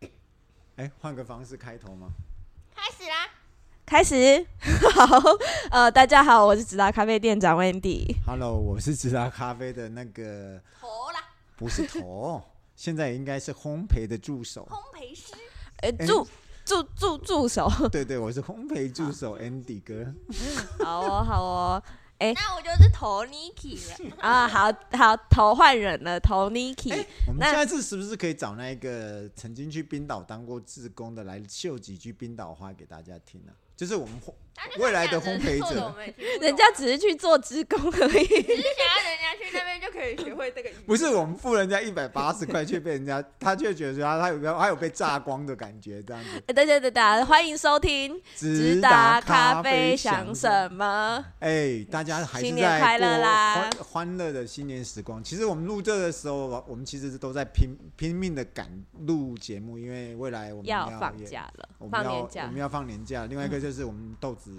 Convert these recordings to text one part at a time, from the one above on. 始，哎、换个方式开头吗？开始啦！开始， 好，呃，大家好，我是直达咖啡店长 Wendy。 Hello，我是直达咖啡的那个，投啦，不是头，现在应该是烘焙的助手。烘焙师，呃，哎助助助助手，对对，我是烘焙助手啊 Andy 哥。 好哦，好哦，哎那我就是投 Niki 了。啊，好好，头换人了，头 Niki，、哎我们那下次是不是可以找那个曾经去冰岛当过志工的来秀几句冰岛话给大家听呢、就是我们烘他就未来的想讲烘焙者做的我们也听不懂啊人家只是去做职工而已。 只是想要人家去那边就可以学会这个语言。不是我们付人家一百八十块，却被人家他却觉得他他有个他有被榨光的感觉，这样子。哎，大家，大家，欢迎收听直达咖啡想什么？哎、大家还是新年在快乐过啦欢欢乐的新年时光。其实我们录这的时候，我们其实都在拼拼命的赶录节目，因为未来我们要要放也，假了我，们放要年假嗯我们，要放年假。另外一个就是我们豆子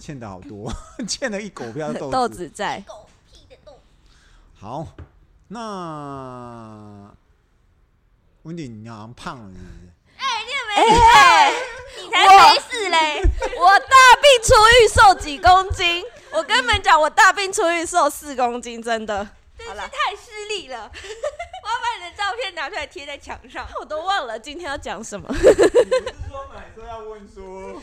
欠的好多， 欠了一狗票豆豆子在。狗屁的动物，好，那温迪，你好像胖了，是不是？哎、哎你才没事嘞！我大病初愈瘦几公斤，我跟你们讲，我大病初愈瘦四公斤，真的。真好是啦太失礼了。我要把你的照片拿出来贴在墙上。我都忘了今天要讲什么。是说买说要问说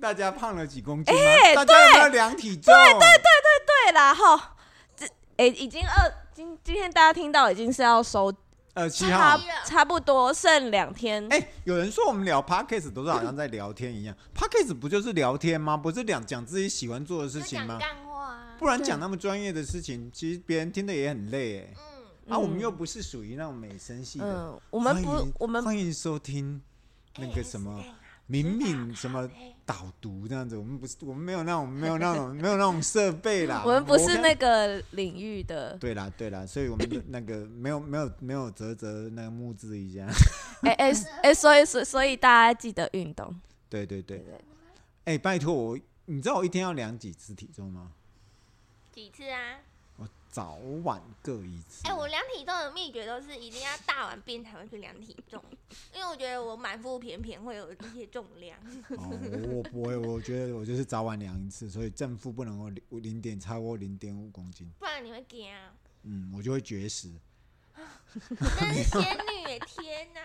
大家胖了几公斤吗？哎大家有没有量体重？对对对， 对啦，哈，这诶、已经二今今天大家听到已经是要收呃，七差号好。差不多剩两天。哎、有人说我们聊 podcast 都是好像在聊天一 样、p o d c a s t 不就是聊天吗？不是讲讲自己喜欢做的事情就吗讲？干话啊。不然讲那么专业的事情，其实别人听的也很累哎、嗯，啊，嗯我们又不是属于那种美声系的。嗯，我们欢不迎，我们哎欢迎收听那个什哎么呃敏敏什么导读这样子，我们不是我们没有那种没有那种没有那种设备啦， 我们不是看那个领域的。对啦，对啦，所以我们的那个没有没有没有泽泽那个募资一下，哎哎哎，所以所以所以大家记得运动。对对对对。哎、拜托我，你知道我一天要量几次体重吗？几次啊？我早晚各一次。哎、我量体重的秘诀都是一定要大完便才会去量体重，因为我觉得我满腹便便会有一些重量。哦，我我不会，我觉得我就是早晚量一次，所以正负不能够零零点超过零点五公斤，不然你会惊啊！嗯，我就会绝食。真是仙女耶！天哪，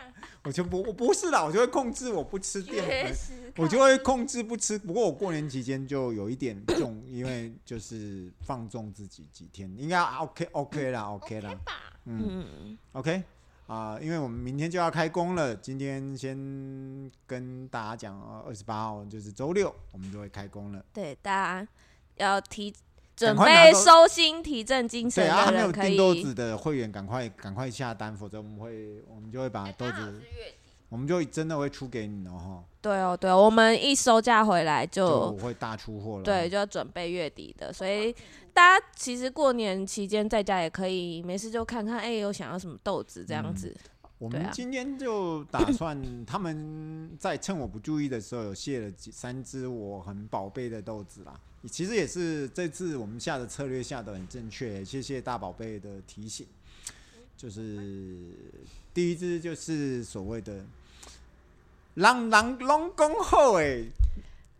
我就不我不是啦，我就会控制我不吃淀绝粉，食！ 我就会控制不吃。不过我过年期间就有一点重，因为就是放纵自己几天，应该 OK OK 啦 OK 啦 OK，吧？嗯。嗯， OK 啊、因为我们明天就要开工了，今天先跟大家讲，呃二十八号就是周六，我们就会开工了。对，大家要提赶准快拿备豆收心提振精对神啊，还的没有人可订豆以子的会员，赶快赶快下单，否则我们会我们就会把哎豆刚好子是，月底，我们就真的会出给你了哈，对哦，对哦，我们一收假回来就就会大出货了。哦对，，就要准备月底的，所以大家其实过年期间在家也可以没事就看看，哎、有想要什么豆子这样嗯子。我对们啊今天就打算他们在趁我不注意的时候有卸了几三只我很宝贝的豆子啦。其实也是这次我们下的策略下的很正确，谢谢大宝贝的提醒。就是第一只就是所谓的“朗朗龙宫后”哎，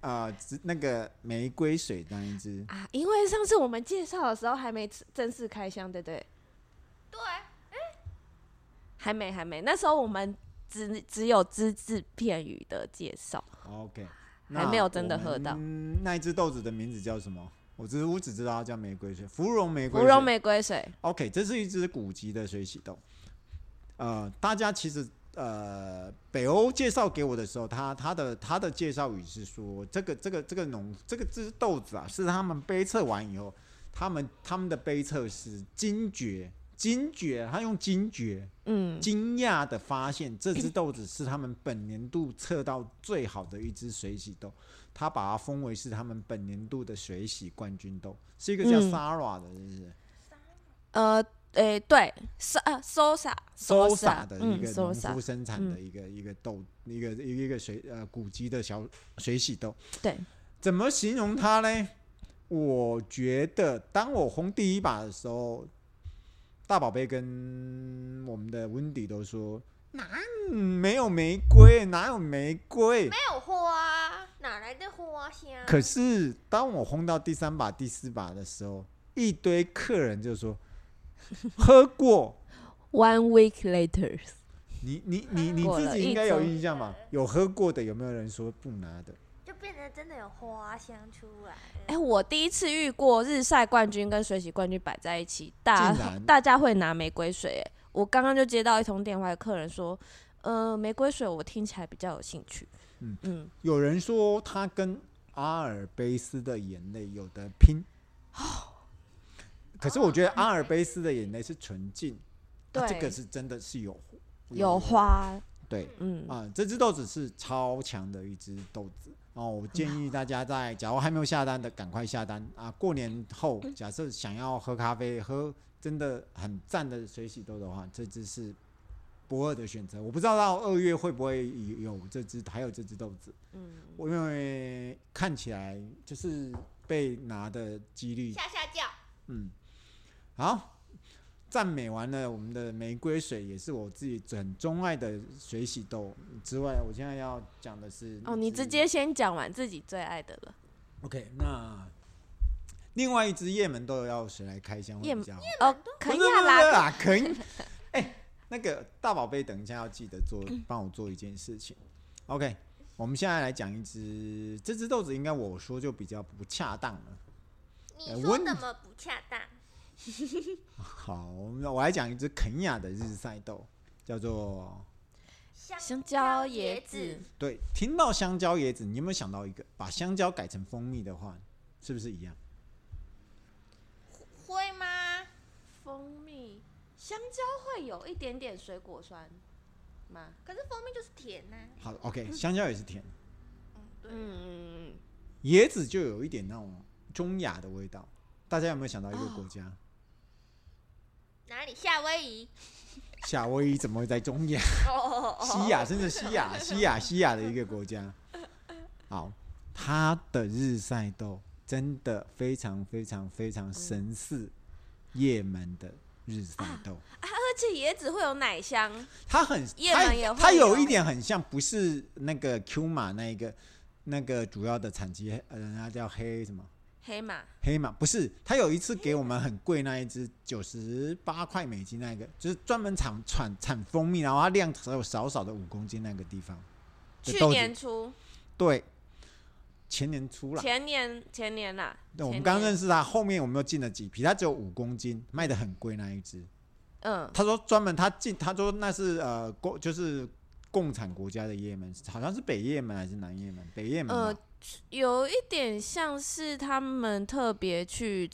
啊，只那个玫瑰水那一只，啊，因为上次我们介绍的时候还没正式开箱，对不对？对，还没，还没。那时候我们只只有只字片语的介绍， OK，还没有真的喝到嗯，那一只豆子的名字叫什么？我只我只知道它叫玫瑰水，芙蓉玫瑰芙水。蓉玫瑰水。 OK，这是一只古籍的水洗豆。呃，大家其实呃，北欧介绍给我的时候，他他的他的介绍语是说，这个这个这个农这个这只豆子啊，是他们杯测完以后，他们他们的杯测是惊觉惊觉，他用惊觉嗯，惊讶的发现，这只豆子是他们本年度测到最好的一只水洗豆，他把它封为是他们本年度的水洗冠军豆，是一个叫嗯 Sara 的，是不是呃，诶、对，收呃收撒？Sara 撒的一嗯个收农撒夫，生产的一个、一个豆，一个一个水呃古籍的小水洗豆，对，怎么形容它呢？我觉得当我烘第一把的时候，大宝贝跟我们的温迪都说，哪没有玫瑰，哪有玫瑰？没有花，哪来的花香？可是当我烘到第三把、第四把的时候，一堆客人就说喝过， One week later，你你你你喝过自了己一应该有周印象吧？有喝过的有没有人说不拿的？就变得真的有花香出来了。哎、我第一次遇过日晒冠军跟水洗冠军摆在一起，大竟然大家会拿玫瑰水、哎我刚刚就接到一通电话，有客人说，呃，玫瑰水我听起来比较有兴趣。嗯嗯，有人说它跟阿尔卑斯的眼泪有得拼。可是我觉得阿尔卑斯的眼泪是纯净，它这哦对个是真的是有有花，对嗯，啊、这只豆子是超强的一只豆子哦。我建议大家在假如还没有下单的，赶快下单啊！过年后，假设想要喝咖啡，喝真的很赞的水洗豆的话，这只是不二的选择。我不知道到二月会不会有这只，还有这只豆子。嗯，因为看起来就是被拿的几率下下叫，嗯，好，赞美完了我们的玫瑰水，也是我自己很钟爱的水洗豆之外，我现在要讲的是哦，你一只直接先讲完自己最爱的了。 OK。那另外一只叶门豆要谁来开箱会叶比门较好？哦，肯不是亚不是啦，啊，可以。 哎、那个大宝贝，等一下要记得 做，帮我做一件事情。OK，我们现在来讲一只，这只豆子应该我说就比较不恰当了。哎你说温怎么不恰当？好，那我来讲一只肯亚的日晒豆，叫做香香蕉椰椰子，对，听到香蕉椰子，你有没有想到一个，把香蕉改成蜂蜜的话，是不是一样？会吗？蜂蜜，香蕉会有一点点水果酸吗？可是蜂蜜就是甜呐、啊。好，OK，香蕉也是甜，嗯，椰子就有一点那种中亚的味道。大家有没有想到一个国家？哪里？夏威夷？夏威夷怎么会在中亚？哦哦哦西亚，甚至西亚、西亚、西亚的一个国家。好，它的日晒豆真的非常非常非常神似也门的日晒豆。啊，而且椰子会有奶香，它很，夜它盲也会它有有一点很像，不是那个 Q 马那一个那个主要的产级，呃，人家叫黑什么黑马黑马，不是。它有一次给我们很贵那一只，九十八块美金那个，就是专门产产产蜂蜜，然后它量只有少少的五公斤那个地方的去豆年子，初、对，前年初啦。前年、前年啦，那我们前刚年认识它，后面我们又进了几批，它只有五公斤，卖的很贵那一只。嗯，他说专门他进，他说那是呃共就是共产国家的也门，好像是北也门还是南也门？北也门吧、呃有一点像是他们特别去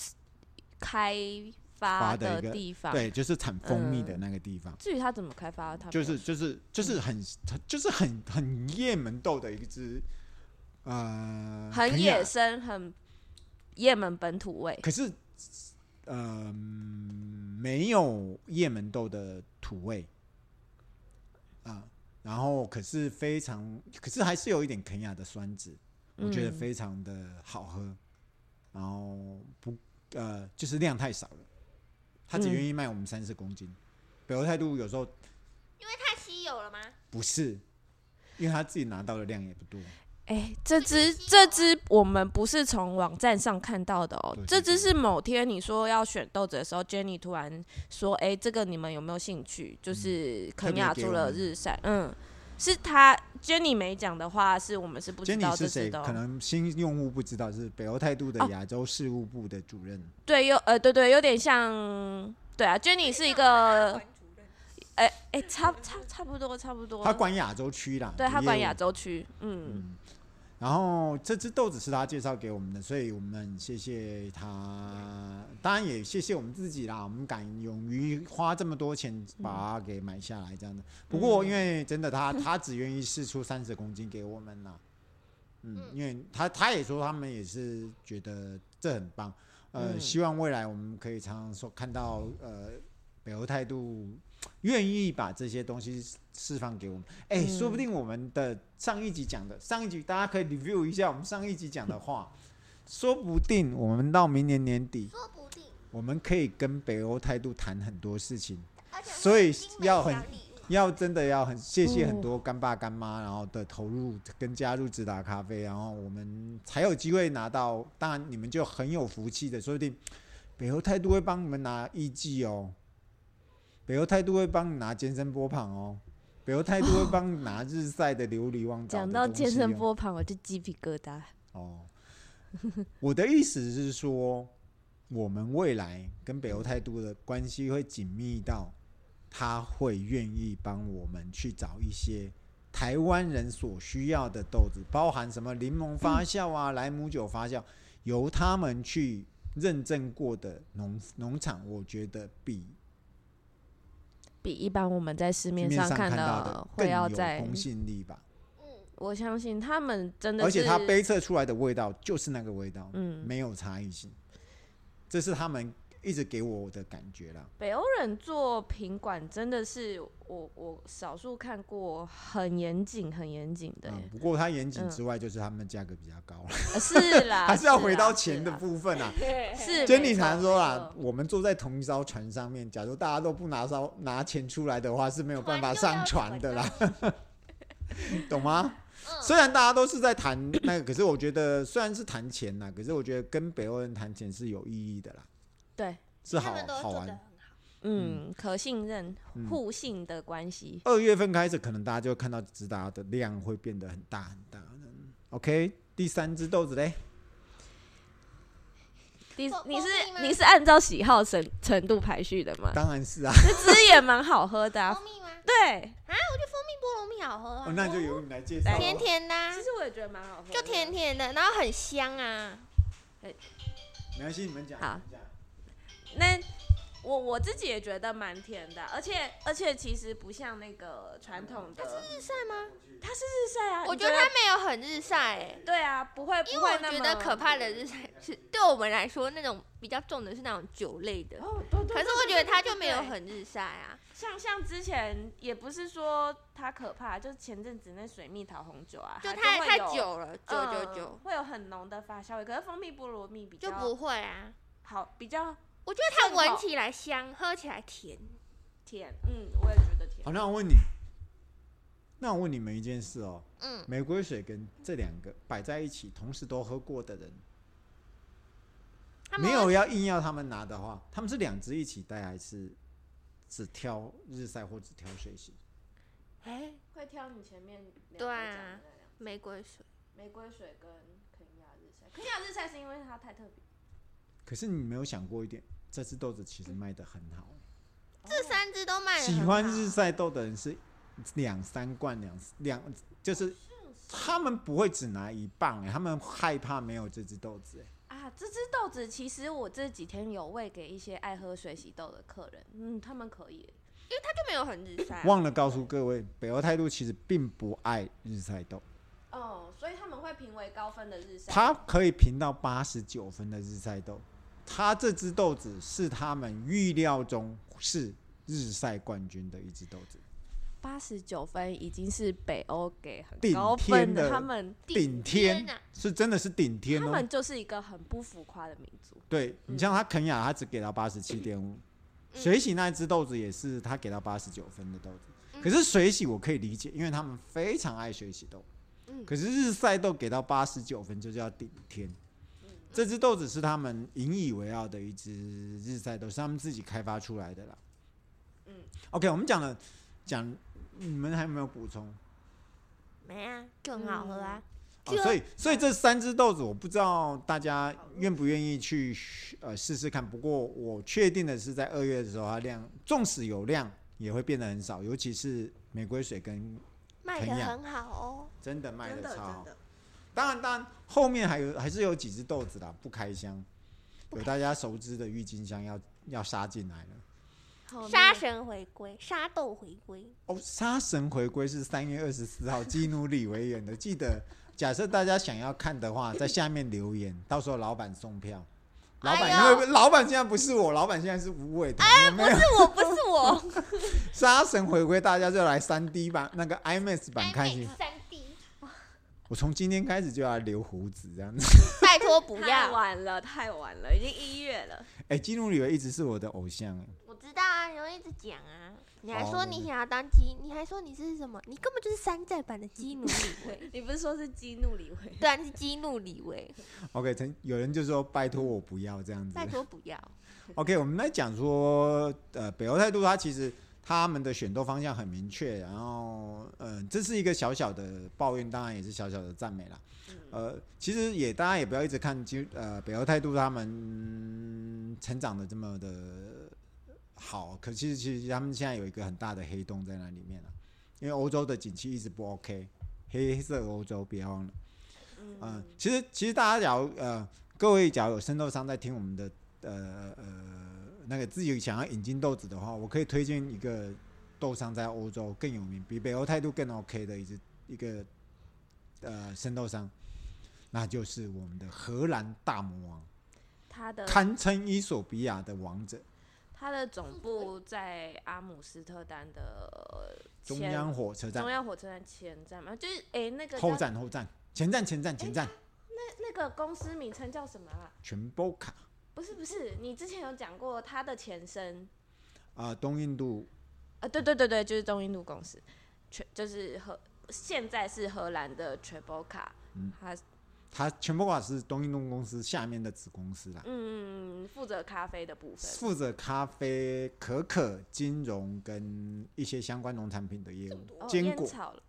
开发发的一的个地方。对，就是产蜂蜜的嗯那个地方，至于他怎么开发，他没就有是就是就是很它就是很很也门豆的一只呃很肯亚野生、很也门本土味。可是呃没有也门豆的土味啊、然后可是非常，可是还是有一点肯亚的酸质。我觉得嗯非常的好喝，然后不呃，就是量太少了，他只嗯愿意卖我们三十公斤。北欧态度有时候因为太稀有了吗？不是，因为他自己拿到的量也不多，哎、这只稀有这只我们不是从网站上看到的哦对，对这只对是某天你说要选豆子的时候，Jenny 突然说：“哎、这个你们有没有兴趣？”就是肯嗯亚特别给出我了们日晒，嗯，是他 Jenny 没讲的话，是我们是不知杰尼道这是只谁？的、可哦。能新用户不知道，是北欧态度的哦亚洲事务部的主任。对，有呃，对对，有点像，对啊，Jenny 是一个，管主任哎、哎、差差差不多，差不多，他管亚洲区啦，对他管业务亚洲区，嗯，然后这只豆子是他介绍给我们的，所以我们很谢谢他，当然也谢谢我们自己啦。我们敢勇于花这么多钱把它给买下来，这样的。不过因为真的嗯他他只愿意试出三十公斤给我们啦，嗯，因为他他也说他们也是觉得这很棒，呃，嗯希望未来我们可以常常说看到呃北欧态度愿意把这些东西释放给我们。哎、嗯说不定我们的上一集讲的，上一集大家可以 review 一下我们上一集讲的话，说不定我们到明年年底，说不定我们可以跟北欧态度谈很多事情，而且所以要很礼物。要真的要很谢谢嗯很多干爸干妈，然后的投入跟加入直达咖啡，然后我们才有机会拿到。当然你们就很有福气的，说不定北欧态度会帮你们拿一季哦，北欧态度会帮你拿健身波旁哦，北欧态度会帮你拿日晒的琉璃旺角的东讲西哦。到健身波旁，我就鸡皮疙瘩。哦， 我的意思是说，我们未来跟北欧态度的关系会紧密到，他会愿意帮我们去找一些台湾人所需要的豆子，包含什么柠檬发酵啊、莱姆酒发酵，由他们去认证过的农农场，我觉得比比一般我们在市面面上看看到到的更会要有在，公信力吧。嗯，我相信他们真的是，而且它杯测出来的味道就是那个味道，嗯没有差异性，这是他们一直给我的感觉啦。北欧人做品管真的是我我少数看过很严谨很严谨的耶、嗯，不过它严谨嗯之外，就是他们价格比较高了，呃是啦， 还是要回啦到钱的是啦部分 啊。嗯是珍没妮错常说没啦错，我们坐在同一艘船上面，假如大家都不拿烧拿钱出来的话，是没有办法上船的 啦， 啊懂嗯吗？虽然大家都是在谈那个，可是我觉得虽然是谈钱呐，可是我觉得跟北欧人谈钱是有意义的啦，对，是他好们都好做玩的很好。嗯，可信任、嗯互信的关系。二月份开始，可能大家就会看到直达的量会变得很大很大。嗯 OK，第三只豆子嘞，你蜂你是蜂蜜吗你是按照喜好程程度排序的吗？ 当然是啊，这支也蛮好喝的、啊蜂，蜜吗？啊，对，我觉得蜂蜜菠萝蜜好喝啊哦，，那就由你来介绍了。甜甜的啊，其实我也觉得蛮好喝的，就甜甜的，然后很香啊。没关系，你们讲。好你们讲那我我自己也觉得蛮甜的，而且而且其实不像那个传统的，日晒吗？它是日晒啊，我你觉得它没有很日晒欸，对啊，不会不因为会我那觉么得可怕的日晒是对我们来说那种比较重的是那种酒类的，哦，对对可是我觉得它就没有。对对对对对很日晒啊。像像之前也不是说它可怕，就是前阵子那水蜜桃红酒啊，就它太会太有久了，久嗯久久会有很浓的发酵味，可是蜂蜜菠萝蜜比就较不会啊。好，比较我觉得它正好闻起来香，喝起来甜。甜。嗯，我也觉得甜。好，那我问你，那我问你们一件事哦，嗯，玫瑰水跟这两个摆在一起，同时都喝过的人，他们没有要硬要他们拿的话，他们是两只一起带，还是只挑日晒或只挑水洗？哎、会挑你前面两个对讲的啊那两玫瑰水，玫瑰水跟肯亚日晒，肯亚日晒是因为它太特别。可是你没有想过一点，这只豆子其实卖的很好。哦这三只都卖的喜欢日晒豆的人是两三罐两两，就是他们不会只拿一磅、欸，他们害怕没有这只豆子、欸。啊，这只豆子其实我这几天有喂给一些爱喝水洗豆的客人，嗯，他们可以。它就没有很日晒啊、忘了告诉各位，北欧态度其实并不爱日晒豆，哦，所以他们会评为高分的日晒。它可以评到八十九分的日晒豆，它这只豆子是他们预料中是日晒冠军的一只豆子，八十九分已经是北欧给很顶高天分的他们顶天天啊！是真的是顶天他哦。们就是一个很不浮夸的民族。对你像他肯雅，他只给到八十七点五，嗯水洗那一只豆子也是他给到八十九分的豆嗯子，可是水洗我可以理解，因为他们非常爱水洗豆嗯，可是日晒豆给到八十九分就叫顶天。嗯这只豆子是他们引以为傲的一只日晒豆，是他们自己开发出来的啦。嗯，OK，我们讲了讲，你们还有没有补充？没啊，就很好喝啊。哦、所以，所以这三只豆子，我不知道大家愿不愿意去呃试试看。不过我确定的是，在二月的时候，它量纵使有量，也会变得很少，尤其是玫瑰水跟卖的肯亚啊很好哦。真的卖真的的超真好的。当然，当然后面还有还是有几只豆子啦，不开箱，不有大家熟知的郁金香要要杀进来了。好杀那神回归，沙豆回归，哦，杀神回归是三月二十四号，基努里维演的。记得，假设大家想要看的话，在下面留言，到时候老板送票。老板，哎呦哎因为老板现在不是我，老板现在是吴伟棠，有没有不是我，不是我，杀神回归，大家就来三 D 版那个哎 IMAX 版看去。三 D，我从今天开始就要留胡子这样子。拜托不太要，晚了，太晚了，已经一月了。哎、基努里维一直是我的偶像，哎我知知道啊，你会一直讲啊。你还哦说对你对想要当鸡，你还说你是什么？你根本就是山寨版的基努里维。你不是说是激怒李慧？ 对啊，你是基努里维， OK，曾有人就说拜托我不要这样子 拜。托不要。 OK，我们来讲说，呃，北欧态度它其实他们的选斗方向很明确，然后，呃，这是一个小小的抱怨，当然也是小小的赞美啦。呃，其实也大家也不要一直看，就呃，北欧态度他们嗯成长的这么的好，可其实其实他们现在有一个很大的黑洞在那里面了、因为欧洲的景气一直不 OK，黑色欧洲别忘了。嗯，其实其实大家假如呃，各位假如有生豆商在听我们的呃呃那个自己想要引进豆子的话，我可以推荐一个豆商在欧洲更有名，比北欧态度更 OK 的一只一个呃生豆商，那就是我们的荷兰大魔王，他的堪称伊索比亚的王者，他的总部在阿姆斯特丹的中前央火车站中央火车站前站嘛，就是哎、那个后叫站后站前站前站前站那个公司名称叫什么啊？全波卡不是不是，你之前有讲过它的前身啊、呃东印度啊？对对对对，就是东印度公司，全就是荷现在是荷兰的 Triboca，它嗯它全波卡是东印度公司下面的子公司啦。嗯负责咖啡的部分。负责咖啡、可可、金融跟一些相关农产品的业务，哦，坚烟果、草了，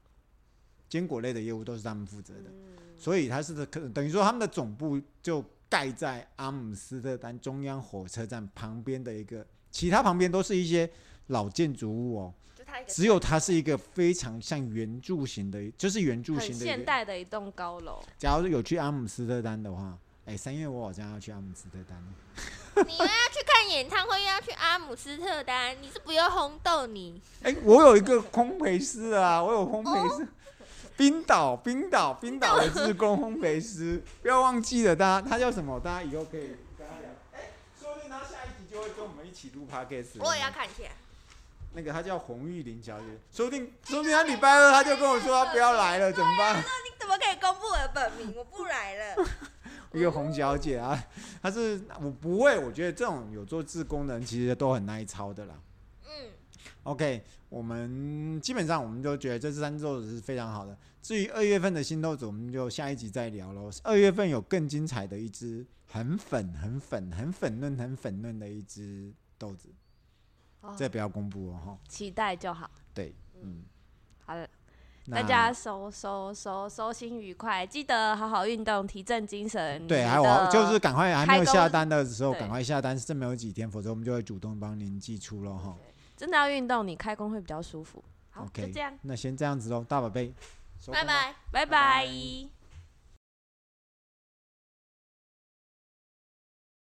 坚果类的业务都是他们负责的，嗯所以他是可等于说他们的总部就盖在阿姆斯特丹中央火车站旁边的一个，其他旁边都是一些老建筑物哦，就他一个只有它是一个非常像圆柱形的，就是圆柱很形的一现个。代的一栋高楼。假如有去阿姆斯特丹的话，哎，三月我好像要去阿姆斯特丹 了。你又要去看演唱会，又要去阿姆斯特丹，你是不用红豆你。哎、我有一个烘焙师啊，我有烘焙哦师，冰岛，冰岛，冰岛的志工烘焙师，不要忘记了，大家他叫什么？大家以后可以跟他聊。哎、说不定他下一集就会跟我们一起录 podcast 了。我也要看一下。那个他叫洪玉玲小姐，说不定，说不定他礼拜二他就跟我说他不要来了，怎么 办？你怎么可以公布我的本名？我不来了。 一个洪小姐啊，她是我不会，我觉得这种有做志工的人其实都很耐操的啦。嗯， OK，我们基本上我们就觉得这三豆子是非常好的。至于二月份的新豆子，我们就下一集再聊喽。二月份有更精彩的一只，很粉、很粉、很粉嫩、很粉嫩的一只豆子，哦这不要公布哦哈。期待就好。对，嗯，好了，那大家收收收收心愉快，记得好好运动，提振精神。对，你还有的啊就是赶快还没有开工下单的时候，对赶快下单，剩没有几天，否则我们就会主动帮您寄出喽哈。真的要运动，你开工会比较舒服。好就哦 OK，这样，那先这样子喽，大宝贝，收工拜咯拜。拜拜拜